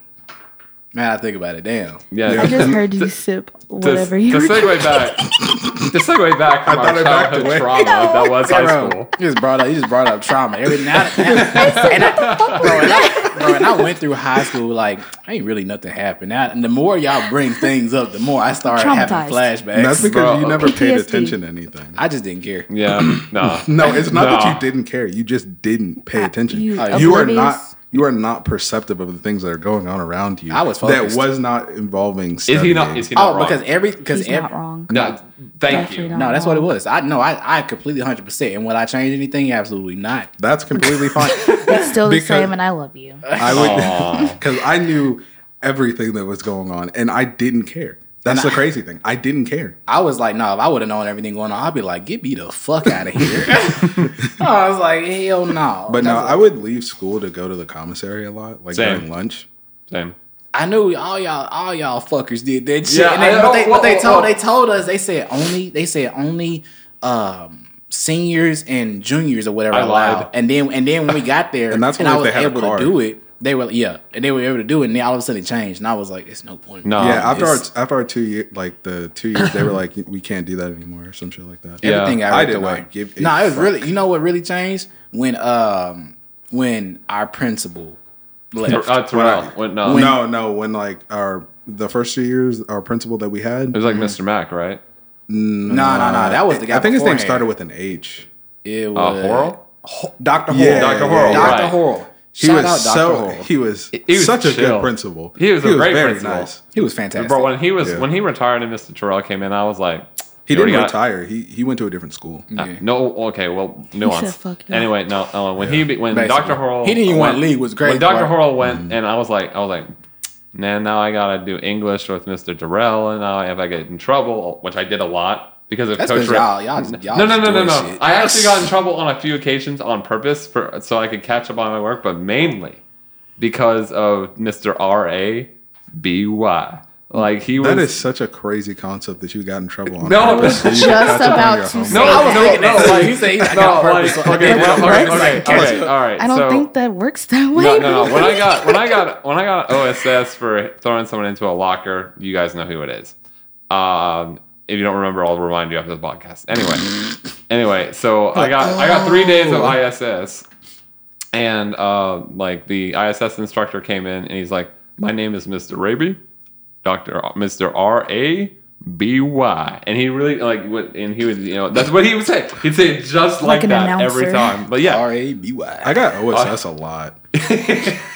Speaker 3: Now I think about it. Damn.
Speaker 4: yeah.
Speaker 1: Yeah.
Speaker 2: I just
Speaker 4: *laughs*
Speaker 2: heard you sip
Speaker 4: To,
Speaker 2: whatever
Speaker 4: to
Speaker 2: you were doing.
Speaker 4: segue back, to segue back from
Speaker 1: thought
Speaker 4: our
Speaker 1: I backed
Speaker 4: childhood
Speaker 1: away.
Speaker 2: *laughs*
Speaker 4: trauma that was high
Speaker 3: Bro,
Speaker 4: school.
Speaker 3: you just brought up. You just brought up trauma. Every now and
Speaker 2: *laughs*
Speaker 3: and I, bro, and I, bro, and I went through high school like ain't really nothing happened. Now, and the more y'all bring things up, the more I start having
Speaker 2: Traumatized.
Speaker 3: flashbacks.
Speaker 1: And that's because
Speaker 4: Bro.
Speaker 1: you never paid
Speaker 2: PTSD.
Speaker 1: attention to anything.
Speaker 3: I just didn't care.
Speaker 4: Yeah, *clears throat* no,
Speaker 1: No, it's not that
Speaker 4: No.
Speaker 1: you didn't care. You just didn't pay attention.
Speaker 2: you
Speaker 1: You, are
Speaker 2: oblivious.
Speaker 1: not you are not perceptive of the things that are going on around you.
Speaker 3: I was
Speaker 1: that
Speaker 3: focused.
Speaker 1: was not involving.
Speaker 4: is he not?
Speaker 1: studying.
Speaker 4: Is he not
Speaker 3: Oh,
Speaker 4: wrong?
Speaker 3: because every because
Speaker 2: He's not
Speaker 3: every
Speaker 2: wrong.
Speaker 4: no, thank
Speaker 2: Definitely
Speaker 4: you.
Speaker 2: not.
Speaker 3: no, that's what it was. I no, I I completely hundred percent. And will I change anything? Absolutely not.
Speaker 1: That's completely
Speaker 4: *laughs*
Speaker 1: fine.
Speaker 2: It's still the
Speaker 1: Because-
Speaker 2: same, and I love you.
Speaker 1: I would
Speaker 4: Aw.
Speaker 1: because I knew everything that was going on, and I didn't care. That's the crazy thing. I didn't care.
Speaker 3: I was like, no, if I would have known everything going on, I'd be like, get me the fuck out of
Speaker 1: *laughs*
Speaker 3: here. *laughs* I was like, hell no.
Speaker 1: But no,
Speaker 3: That's-
Speaker 1: I would leave school to go to the commissary a lot, like
Speaker 4: Same.
Speaker 1: during lunch. *laughs*
Speaker 4: Same.
Speaker 3: I knew all y'all, all y'all fuckers did that shit.
Speaker 4: Yeah,
Speaker 3: and they,
Speaker 4: I-
Speaker 3: but, they,
Speaker 4: oh,
Speaker 3: but they
Speaker 4: oh,
Speaker 3: told,
Speaker 4: oh.
Speaker 3: they told us, they said only, they said only um, seniors and juniors or whatever.
Speaker 4: I lied.
Speaker 3: allowed. And then, and then when
Speaker 4: *laughs*
Speaker 3: we got there,
Speaker 1: And
Speaker 3: and,
Speaker 1: that's
Speaker 3: I
Speaker 1: only
Speaker 3: was
Speaker 1: if they had a
Speaker 3: able to
Speaker 1: card.
Speaker 3: do it. They were, yeah, and they were able to do it. And then all of a sudden it changed, and I was like, "There's no point."
Speaker 4: No.
Speaker 1: yeah, after our
Speaker 3: Um, it's-
Speaker 1: after our two year, like the two years, they were like, we can't do that anymore, or some shit like that.
Speaker 4: Yeah.
Speaker 3: everything
Speaker 1: I
Speaker 3: I ripped
Speaker 1: did
Speaker 3: away.
Speaker 1: not give a
Speaker 3: no, it was
Speaker 1: fuck.
Speaker 3: really. You know what really changed when um when our principal left.
Speaker 4: Uh, Terrell. What, no. it
Speaker 1: no, no. When like our the first two years, our principal that we had,
Speaker 4: was like Mr. Mac, right?
Speaker 3: no, no, no, Ah, that was the guy.
Speaker 1: I think his name
Speaker 3: beforehand.
Speaker 1: started with an H.
Speaker 3: It
Speaker 4: Uh,
Speaker 3: was
Speaker 4: Horrell.
Speaker 1: Doctor
Speaker 3: Yeah,
Speaker 4: Dr. Horrell,
Speaker 3: Dr.
Speaker 4: right.
Speaker 3: Horrell.
Speaker 1: He
Speaker 3: Shout
Speaker 1: was
Speaker 3: out Dr.
Speaker 1: so
Speaker 3: Horrell.
Speaker 1: he was,
Speaker 4: He was
Speaker 1: such a
Speaker 4: chill.
Speaker 1: good principal.
Speaker 4: He was a great principal.
Speaker 3: He was fantastic.
Speaker 4: Bro, when he was
Speaker 1: Yeah.
Speaker 4: when he retired and Mr. Terrell came in, I was like,
Speaker 1: He
Speaker 4: "You already
Speaker 1: didn't
Speaker 4: got-
Speaker 1: retire. He he went to a different school.
Speaker 4: Uh, No, okay, well, nuance.
Speaker 2: fucked up.
Speaker 4: Anyway, no, uh, when he he when
Speaker 3: Basically.
Speaker 4: Doctor Horrell
Speaker 3: He didn't even
Speaker 4: went-
Speaker 3: want to leave, was great Mm.
Speaker 4: When Doctor
Speaker 3: part.
Speaker 4: Horrell went, and I was like, I was like, man, now I gotta do English with Mister Durrell, and now if I get in trouble, which I did a lot because of
Speaker 3: That's
Speaker 4: Coach
Speaker 3: 'cause
Speaker 4: Rip-
Speaker 3: y'all- y'all just- y'all
Speaker 4: no, no,
Speaker 3: just
Speaker 4: no, no,
Speaker 3: doing
Speaker 4: no.
Speaker 3: shit.
Speaker 4: I actually got in trouble on a few occasions on purpose for so I could catch up on my work, but mainly because of Mister R A B Y. Like he was
Speaker 1: That is such a crazy concept that you got in trouble on.
Speaker 4: No, *laughs*
Speaker 1: purpose.
Speaker 4: that's-
Speaker 1: You
Speaker 2: Just
Speaker 1: got to
Speaker 2: about
Speaker 1: learn your
Speaker 2: to
Speaker 1: homework.
Speaker 2: say- I was
Speaker 3: thinking
Speaker 4: no,
Speaker 3: that too.
Speaker 4: like-
Speaker 3: He said he- I
Speaker 4: no,
Speaker 3: got
Speaker 4: like,
Speaker 3: purpose on-
Speaker 4: okay,
Speaker 3: I
Speaker 4: well,
Speaker 3: got
Speaker 4: okay,
Speaker 3: purpose.
Speaker 4: okay,
Speaker 3: Like,
Speaker 4: okay, all right.
Speaker 2: I don't
Speaker 4: so,
Speaker 2: think that works that way.
Speaker 4: no, no, no.
Speaker 2: *laughs*
Speaker 4: When I got when I
Speaker 1: *laughs*
Speaker 4: got when I got OSS for throwing someone into a locker, you guys know who it is. Um, if you don't remember, I'll remind you after the podcast. Anyway,
Speaker 1: *laughs*
Speaker 4: anyway, so I got I got three days
Speaker 1: Oh.
Speaker 4: of ISS, and uh, like the ISS instructor came in and he's like, "My name is Mr. Raby, Doctor Mr. R A." B Y and he really like what and he would you know that's what he would say he'd say it just like,
Speaker 2: Like an
Speaker 4: that every
Speaker 2: announcer.
Speaker 4: time but yeah
Speaker 3: R A B Y.
Speaker 1: I got OSS a lot.
Speaker 4: *laughs*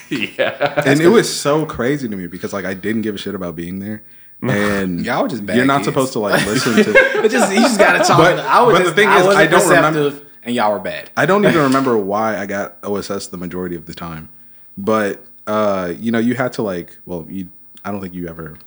Speaker 4: yeah
Speaker 1: and it was so crazy to me because like I didn't give a shit about
Speaker 4: *laughs*
Speaker 1: being there. And
Speaker 3: Y'all were just bad
Speaker 1: you're not
Speaker 3: kids.
Speaker 1: supposed to like listen to.
Speaker 3: But just you just
Speaker 1: *laughs*
Speaker 3: gotta talk.
Speaker 1: But-
Speaker 3: I was
Speaker 1: but
Speaker 3: just,
Speaker 1: the thing
Speaker 3: I
Speaker 1: is,
Speaker 3: wasn't
Speaker 1: I don't remember-
Speaker 3: perceptive, and y'all were bad.
Speaker 1: I don't
Speaker 4: *laughs*
Speaker 1: even remember why I got OSS the majority of the time, but uh, you know you had to like. Well, you I don't think you ever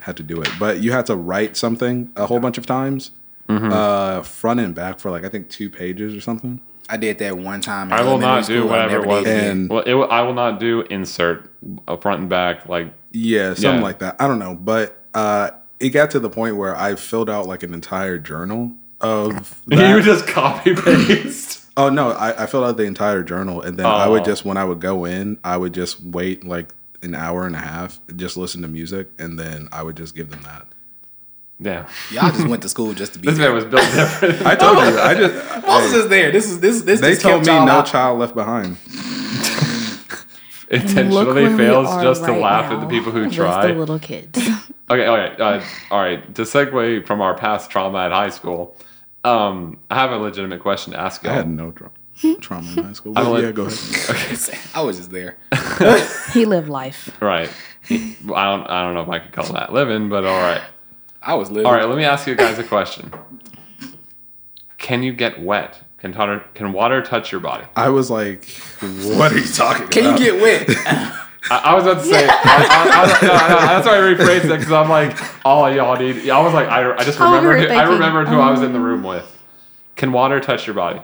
Speaker 1: had to do it, but you had to write something a whole bunch of times,
Speaker 4: Mm-hmm.
Speaker 1: uh, front and back for like I think two pages or something.
Speaker 3: I did that one time. in
Speaker 4: I will
Speaker 3: elementary
Speaker 4: not do
Speaker 3: school. I
Speaker 4: whatever
Speaker 3: never
Speaker 4: it was.
Speaker 3: did again.
Speaker 1: And-
Speaker 4: well, it, will- I will not do insert uh, front and back.
Speaker 2: *laughs*
Speaker 4: Like,
Speaker 1: Yeah, something
Speaker 4: Yeah.
Speaker 1: like that. I don't know, but uh, it got to the point where I filled out like an entire journal of
Speaker 4: *laughs* you
Speaker 1: that.
Speaker 4: just copy paste.
Speaker 1: oh no, I, I filled out the entire journal, and then I
Speaker 4: Oh.
Speaker 1: would just when I would go in, I would just wait like an hour and a half, just listen to music, and then I would just give them that.
Speaker 4: *laughs* yeah.
Speaker 3: Y'all just went to school just to be.
Speaker 4: *laughs* This
Speaker 3: there.
Speaker 4: man was built different.
Speaker 1: I told you, I just
Speaker 3: Moses is there. This is this this.
Speaker 1: they
Speaker 3: just
Speaker 1: told
Speaker 3: kept
Speaker 1: me
Speaker 3: y'all
Speaker 1: no
Speaker 3: out.
Speaker 1: child left behind.
Speaker 2: where
Speaker 4: *laughs* Intentionally
Speaker 2: we
Speaker 4: fails
Speaker 2: are
Speaker 4: just to
Speaker 2: right
Speaker 4: laugh
Speaker 2: now
Speaker 4: at the people who
Speaker 2: *laughs* with
Speaker 4: try.
Speaker 2: The
Speaker 4: *laughs*
Speaker 2: little kids.
Speaker 4: Okay, okay, uh, all right. To segue from our past trauma at high school, um, I have a legitimate question to ask you.
Speaker 1: I had no tra-
Speaker 4: Hmm?
Speaker 1: trauma in high school.
Speaker 4: I
Speaker 1: But
Speaker 4: would-
Speaker 1: yeah, go ahead.
Speaker 3: *laughs* I was just there.
Speaker 2: he lived life.
Speaker 4: Right. I don't. I don't know if I could call that living, but all right.
Speaker 3: I was living.
Speaker 4: All right. Let me ask you guys a question. Can you get wet? Can water can water touch your body?
Speaker 1: I was like, what are you talking
Speaker 3: Can
Speaker 1: about?
Speaker 3: you
Speaker 4: *laughs*
Speaker 3: get wet?
Speaker 4: I, I was about to say. I, I, I, no, no, that's why I rephrased it because I'm like, all y'all need. I was like, I, I just
Speaker 2: Oh, we
Speaker 4: remembered.
Speaker 2: were
Speaker 4: who- I
Speaker 2: thinking, um,
Speaker 4: remembered who I was in the room with. Can water touch your body?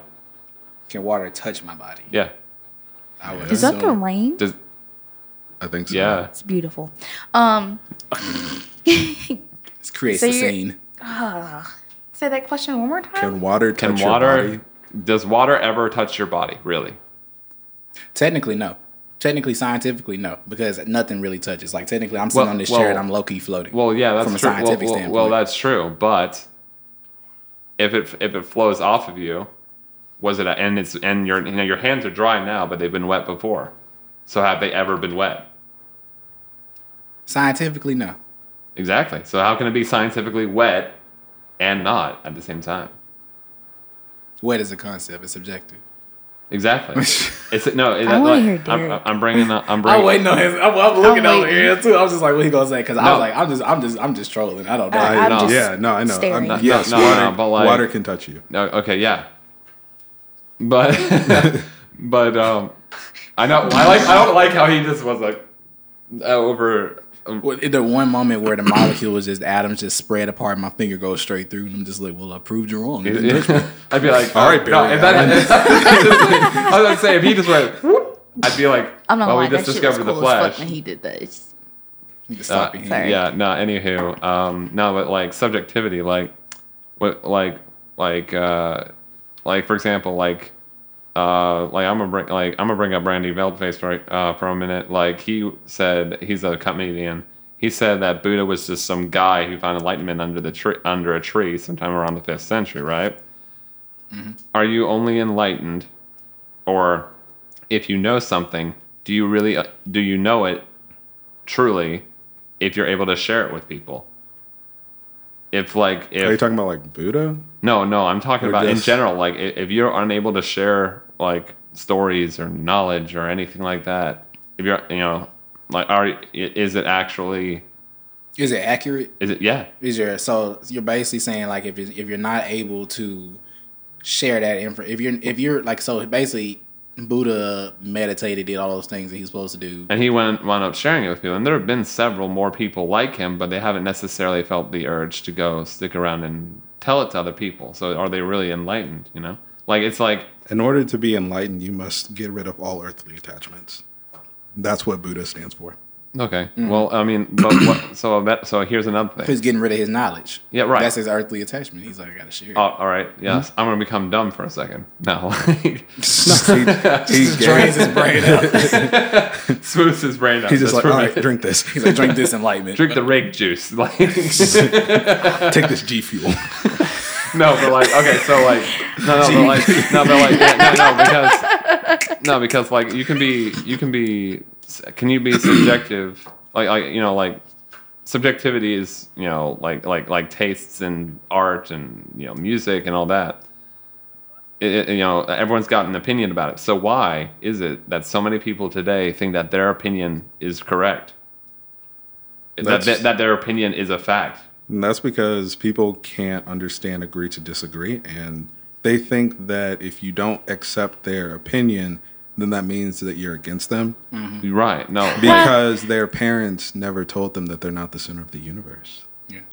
Speaker 3: Can water touch my body?
Speaker 4: Yeah.
Speaker 3: I would
Speaker 2: Is that the
Speaker 3: assume.
Speaker 2: rain?
Speaker 4: Does
Speaker 1: I think so.
Speaker 4: yeah.
Speaker 2: It's beautiful. Um,
Speaker 3: This creates
Speaker 2: So
Speaker 3: the
Speaker 2: you're-
Speaker 3: scene.
Speaker 2: say that question one more time.
Speaker 1: Can water
Speaker 4: Can
Speaker 1: touch your body?
Speaker 4: water? Does water ever touch your body? Really?
Speaker 3: Technically, no. Technically, scientifically, no, because nothing really touches. Like technically, I'm sitting
Speaker 4: Well-
Speaker 3: on this
Speaker 4: well-
Speaker 3: chair and I'm low key floating.
Speaker 4: Well, yeah, that's
Speaker 3: from a
Speaker 4: true. Well,
Speaker 3: scientific
Speaker 4: well-
Speaker 3: standpoint.
Speaker 4: well, that's true. But if it if it flows off of you, was it? A, and it's and your you know your hands are dry now, but they've been wet before. So have they ever been wet?
Speaker 3: scientifically, no.
Speaker 4: Exactly. So how can it be scientifically wet and not at the same time?
Speaker 3: Wet is a concept. It's subjective.
Speaker 4: Exactly. it's no. It,
Speaker 2: I wanna
Speaker 4: like,
Speaker 2: hear
Speaker 4: I'm,
Speaker 2: Derek.
Speaker 4: I'm bringing. up- I'm
Speaker 3: I'm
Speaker 4: bringing.
Speaker 3: waiting on his. I'm, I'm looking
Speaker 2: I'm
Speaker 3: over here too. I was just like, what he gonna say? Because I
Speaker 4: No.
Speaker 3: was like, I'm just, I'm just, I'm just trolling. I don't know.
Speaker 2: I-
Speaker 1: I,
Speaker 4: I'm just
Speaker 1: yeah, no, I know.
Speaker 2: staring.
Speaker 1: I'm-
Speaker 2: No,
Speaker 1: yes,
Speaker 4: no,
Speaker 1: water,
Speaker 4: no, but like-
Speaker 1: water can touch you.
Speaker 4: No, okay, yeah, but *laughs* but um, I know I like I don't like how he just was like uh, over. um,
Speaker 3: Well, the one moment where the molecule was just atoms just spread apart, my finger goes straight through, and I'm just like, well, I proved you wrong. *laughs*
Speaker 4: I'd be like,
Speaker 1: All right,
Speaker 4: no,
Speaker 1: Barry
Speaker 4: if that, if that- *laughs* I was gonna say if he just went, whoop, I'd be like,
Speaker 2: I'm not
Speaker 4: well,
Speaker 2: lying.
Speaker 4: we just
Speaker 2: that shit was
Speaker 4: discovered
Speaker 2: cool
Speaker 4: the
Speaker 2: as
Speaker 4: Flash.
Speaker 2: fuck when he did that. It's-
Speaker 3: Just
Speaker 4: Uh,
Speaker 3: stop your hand.
Speaker 2: sorry.
Speaker 4: yeah, no. Anywho, um, no, but like subjectivity, like what, like, like, uh, like for example, like, uh, like I'm gonna bring, like I'm gonna bring up Randy Veldface right uh, for a minute. Like he said, he's a comedian. He said that Buddha was just some guy who found enlightenment under the tree, under a tree, sometime around the fifth century, right? Are you only enlightened, or if you know something, do you really uh, do you know it truly if you're able to share it with people. If like
Speaker 1: Are you
Speaker 4: if
Speaker 1: talking about like Buddha?
Speaker 4: no no I'm talking
Speaker 1: Or
Speaker 4: about in
Speaker 1: just-
Speaker 4: general like i- if you're unable to share like stories or knowledge or anything like that if you're you know like are i- is it actually
Speaker 3: Is it accurate?
Speaker 4: is it yeah
Speaker 3: Is your so you're basically saying like if it's, if you're not able to share that info, if you're if you're like so basically Buddha meditated, did all those things that he's supposed to do.
Speaker 4: and he went wound up sharing it with people and there have been several more people like him but they haven't necessarily felt the urge to go stick around and tell it to other people so are they really enlightened you know like it's like
Speaker 1: In order to be enlightened, you must get rid of all earthly attachments. That's what Buddha stands for.
Speaker 4: okay
Speaker 1: Mm-hmm.
Speaker 4: well I mean but what, so that, so here's another thing
Speaker 3: He's getting rid of his knowledge.
Speaker 4: Yeah, right.
Speaker 3: That's his earthly attachment. He's like, I gotta share. it.
Speaker 4: Oh, all right. Yes,
Speaker 1: Mm-hmm.
Speaker 4: I'm gonna become dumb for a second. No, *laughs* like,
Speaker 1: He, *laughs*
Speaker 4: *laughs*
Speaker 1: he
Speaker 3: *laughs* Drains
Speaker 1: gave-
Speaker 3: his brain out.
Speaker 4: smooths his brain up.
Speaker 1: he's just
Speaker 4: That's
Speaker 1: like,
Speaker 4: for
Speaker 1: all
Speaker 4: me.
Speaker 1: right, *laughs* drink this.
Speaker 3: He's like,
Speaker 4: *laughs*
Speaker 3: drink this enlightenment.
Speaker 4: drink the rake juice. *laughs* Like,
Speaker 1: *laughs* Take this G fuel.
Speaker 4: no, but like, okay, so like, no, no, but like, no, but like, yeah, no, no, because no, because like, you can be, you can be, can you be subjective? Like, like, you know, like, subjectivity is, you know, like, like, like tastes and art and you know, music and all that. it, it- you know, everyone's got an opinion about it. So why is it that so many people today think that their opinion is correct? That,
Speaker 1: That's-
Speaker 4: that that their opinion is a fact.
Speaker 1: And that's because people can't understand agree to disagree. And they think that if you don't accept their opinion, then that means that you're against them
Speaker 4: You're right. No.
Speaker 1: because their parents never told them that they're not the center of the universe.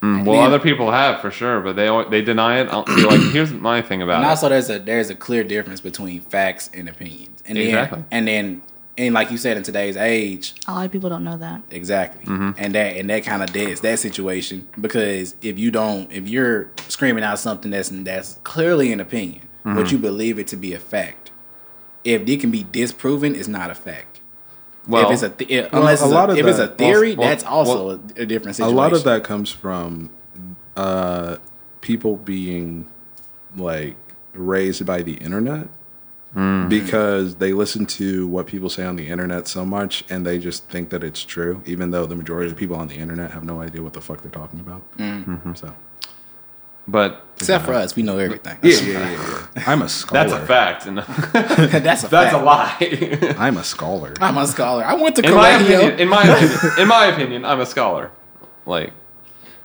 Speaker 4: Mm, well, other people have for sure, but they al- they deny it. I'll be like, here's my thing about
Speaker 3: And
Speaker 4: it.
Speaker 3: also, there's a there's a clear difference between facts and opinions, and
Speaker 4: Exactly.
Speaker 3: then and then and like you said, in today's age,
Speaker 2: A lot of people don't know that.
Speaker 3: exactly,
Speaker 4: Mm-hmm.
Speaker 3: and that and that kind of deads that situation because if you don't, if you're screaming out something that's that's clearly an opinion,
Speaker 4: Mm-hmm.
Speaker 3: but you believe it to be a fact, if it can be disproven, it's not a fact.
Speaker 4: Well,
Speaker 3: if it's a, th- it- unless
Speaker 1: a
Speaker 3: it's a
Speaker 1: lot of
Speaker 3: if it's a
Speaker 1: that-
Speaker 3: theory,
Speaker 4: well,
Speaker 3: that's also a, a different
Speaker 1: A
Speaker 3: situation.
Speaker 1: lot of that comes from uh, people being like raised by the internet
Speaker 4: Mm.
Speaker 1: because they listen to what people say on the internet so much and they just think that it's true, even though the majority of the people on the internet have no idea what the fuck they're talking about.
Speaker 4: Mm.
Speaker 1: So.
Speaker 4: but
Speaker 3: except for us, we know everything.
Speaker 1: Yeah, yeah, yeah, yeah. I'm a scholar.
Speaker 4: Mm-hmm. that's a fact, and
Speaker 3: *laughs*
Speaker 4: *laughs*
Speaker 3: that's a
Speaker 4: that's a
Speaker 3: fact.
Speaker 4: lie. *laughs*
Speaker 1: I'm a scholar.
Speaker 3: I'm a scholar. I went to
Speaker 4: in my
Speaker 3: Colegio.
Speaker 4: opinion, in my
Speaker 3: *laughs*
Speaker 4: opinion, in my opinion, I'm a scholar. Like,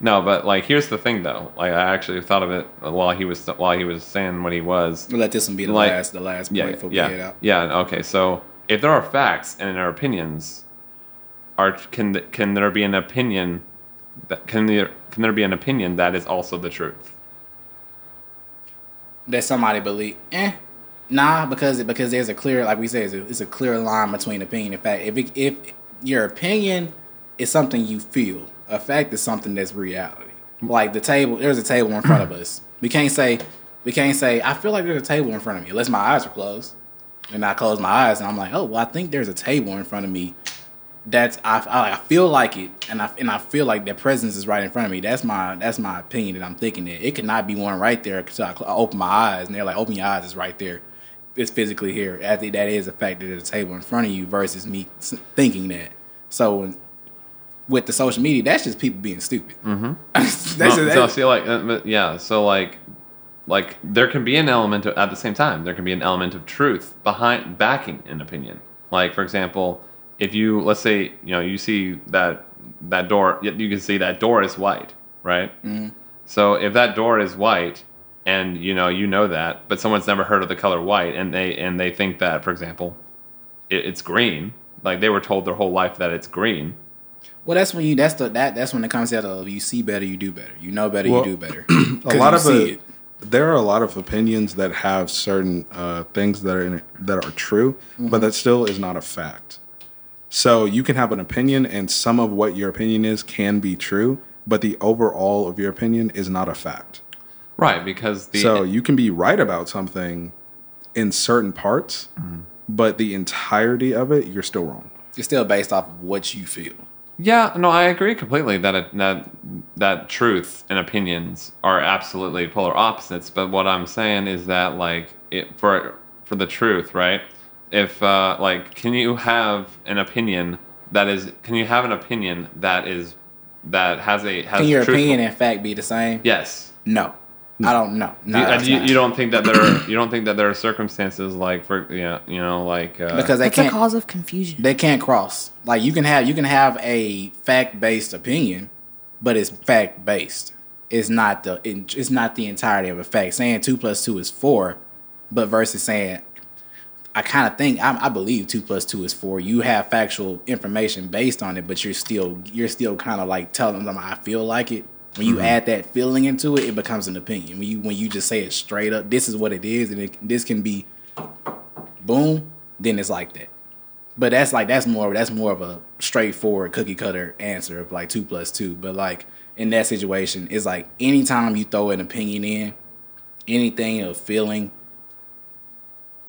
Speaker 4: no, but like, here's the thing though. Like, I actually thought of it while he was while he was saying what he was.
Speaker 3: We'll let this one be the
Speaker 4: Like-
Speaker 3: last, the last point
Speaker 4: Yeah,
Speaker 3: before we head
Speaker 4: yeah,
Speaker 3: out.
Speaker 4: yeah. Okay, so if there are facts and there are opinions, are can th- can there be an opinion that can there can there be an opinion that is also the truth?
Speaker 3: That somebody believe, eh? Nah, because because there's a clear, like we said, it's a, it's a clear line between opinion and fact. If it, if your opinion is something you feel, a fact is something that's reality. Like the table, there's a table in front of us. We can't say, we can't say, I feel like there's a table in front of me unless my eyes are closed. And I close my eyes and I'm like, oh, well, I think there's a table in front of me. that's I, I I feel like it, and I and I feel like their presence is right in front of me. That's my that's my opinion that I'm thinking that it could not be one right there because I, cl- I open my eyes and they're like, open your eyes, it's right there, it's physically here. I think that is a fact that there's a table in front of you versus me s- thinking that. So when- with the social media, that's just people being stupid. Mm-hmm. *laughs* that's
Speaker 4: No,
Speaker 3: just,
Speaker 4: so
Speaker 3: that's,
Speaker 4: see, like, uh, but yeah, so like, like there can be an element of, at the same time. There can be an element of truth behind backing an opinion. Like, for example, if you let's say you know you see that that door, y- you can see that door is white, right? So if that door is white, and you know you know that, but someone's never heard of the color white, and they and they think that, for example, it, it's green. Like they were told their whole life that it's green.
Speaker 3: well, that's when you that's the that that's when it comes out of you see better, you do better, you know better,
Speaker 1: Well,
Speaker 3: you do better.
Speaker 1: *clears throat* a lot of the, there are a lot of opinions that have certain uh, things that are in it, that are true, but
Speaker 3: Mm-hmm.
Speaker 1: that still is not a fact. So you can have an opinion, and some of what your opinion is can be true, but the overall of your opinion is not a fact.
Speaker 4: Right, because the
Speaker 3: e-,
Speaker 1: so you can be right about something in certain parts,
Speaker 3: Mm-hmm.
Speaker 1: but the entirety of it, you're still wrong.
Speaker 3: it's still based off of what you feel.
Speaker 4: Yeah, no, I agree completely that it, that that truth and opinions are absolutely polar opposites. But what I'm saying is that like it, for for the truth, right? If uh, like, can you have an opinion that is? Can you have an opinion that is that has a has
Speaker 3: Can your
Speaker 4: truthful-
Speaker 3: opinion, in fact, be the same?
Speaker 4: Yes.
Speaker 3: No, I don't know. No,
Speaker 4: You- and
Speaker 3: it's
Speaker 4: you,
Speaker 3: not.
Speaker 4: you don't think that there are, you don't think that there are circumstances like for yeah you know like uh,
Speaker 3: because they
Speaker 2: That's a
Speaker 3: can't.
Speaker 2: cause of confusion.
Speaker 3: They can't cross. Like you can have you can have a fact based opinion, but it's fact based. It's not the it- it's not the entirety of a fact. Saying two plus two is four, but versus saying I kind of think I, I believe two plus two is four. You have factual information based on it, but you're still you're still kind of like telling them I feel like it. When you add that feeling into it, it becomes an opinion. When you when you just say it straight up, this is what it is, and it, this can be boom. Then it's like that. But that's like that's more that's more of a straightforward cookie cutter answer of like two plus two. But like in that situation, it's like anytime you throw an opinion in, anything or feeling,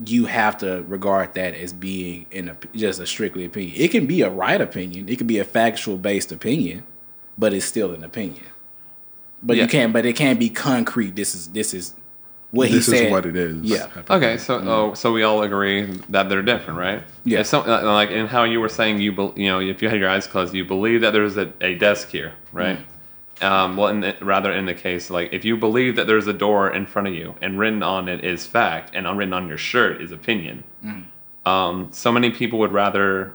Speaker 3: you have to regard that as being in a, just a strictly opinion. It can be a right opinion, it can be a factual based opinion, but it's still an opinion. But
Speaker 4: Yeah.
Speaker 3: you can't. But it can't be concrete. This is this is what
Speaker 1: This
Speaker 3: he
Speaker 1: is
Speaker 3: said.
Speaker 1: what it is.
Speaker 3: Yeah.
Speaker 4: Okay, so oh, so we all agree that they're different, right?
Speaker 3: Yeah.
Speaker 4: If some, uh, like in how you were saying, you bel you know, if you had your eyes closed, you believe that there's a, a desk here, right? Um, well, in the, rather in the case, like if you believe that there's a door in front of you, and written on it is fact, and written on your shirt is opinion. Um, so many people would rather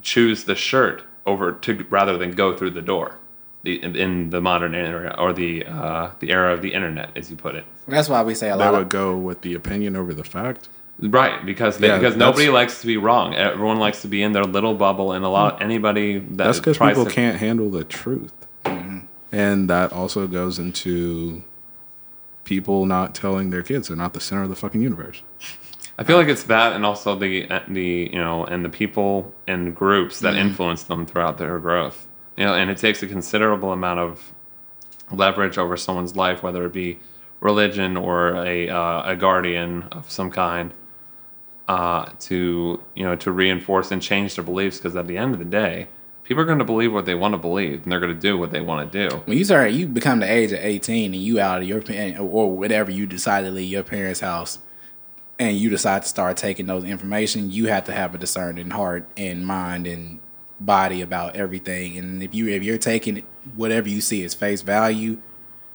Speaker 4: choose the shirt over to rather than go through the door. The, in- in the modern era, or the uh, the era of the internet, as you put it.
Speaker 3: That's why we say a
Speaker 1: They
Speaker 3: lot.
Speaker 1: would
Speaker 3: Of,
Speaker 1: go with the opinion over the fact.
Speaker 4: Right, because they,
Speaker 1: Yeah,
Speaker 4: because
Speaker 1: that's-
Speaker 4: nobody likes to be wrong. Everyone likes to be in their little bubble, and a lot anybody that
Speaker 1: Mm. That's because
Speaker 4: tries
Speaker 1: people
Speaker 4: to-
Speaker 1: can't handle the truth. And that also goes into people not telling their kids they're not the center of the fucking universe.
Speaker 4: I feel like it's that, and also the uh, the you know, and the people and groups
Speaker 1: Mm.
Speaker 4: that influence them throughout their growth. You know, and it takes a considerable amount of leverage over someone's life, whether it be religion or a uh, a guardian of some kind, uh, to you know to reinforce and change their beliefs. Because at the end of the day, people are going to believe what they want to believe, and they're going to do what they want to do.
Speaker 3: When you start, you become the age of eighteen, and you out of your pa- or whatever you decide to leave your parents' house, and you decide to start taking those information. You have to have a discerning heart and mind and body about everything. And if you if you're taking whatever you see as face value,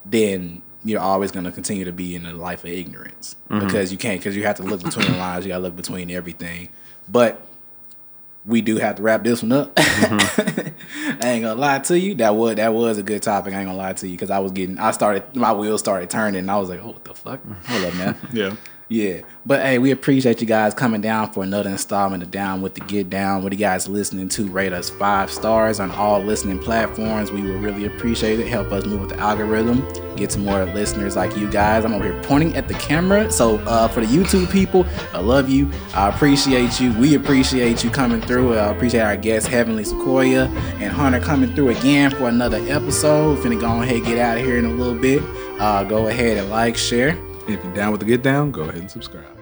Speaker 3: then you're always going to continue to be in a life of ignorance because you can't because you have to look between the lines. You got to look between everything, but. We do have to wrap this one up. *laughs* I ain't gonna lie to you. That was that was a good topic. I ain't gonna lie to you because I was getting, I started, my wheels started turning. And I was like, oh, what the fuck? Hold up, man.
Speaker 1: Yeah.
Speaker 3: yeah, but hey, we appreciate you guys coming down for another installment of Down with the Get Down. What you guys listening to? Rate us five stars on all listening platforms. We would really appreciate it. Help us move with the algorithm. Get some more listeners like you guys. I'm over here pointing at the camera. So uh, for the YouTube people, I love you. I appreciate you. We appreciate you coming through. I appreciate our guests, Heavenly Sequoia and Hunter, coming through again for another episode. Finna go ahead and get out of here in a little bit. Uh, go ahead and like, share.
Speaker 1: If you're down with the get down, go ahead and subscribe.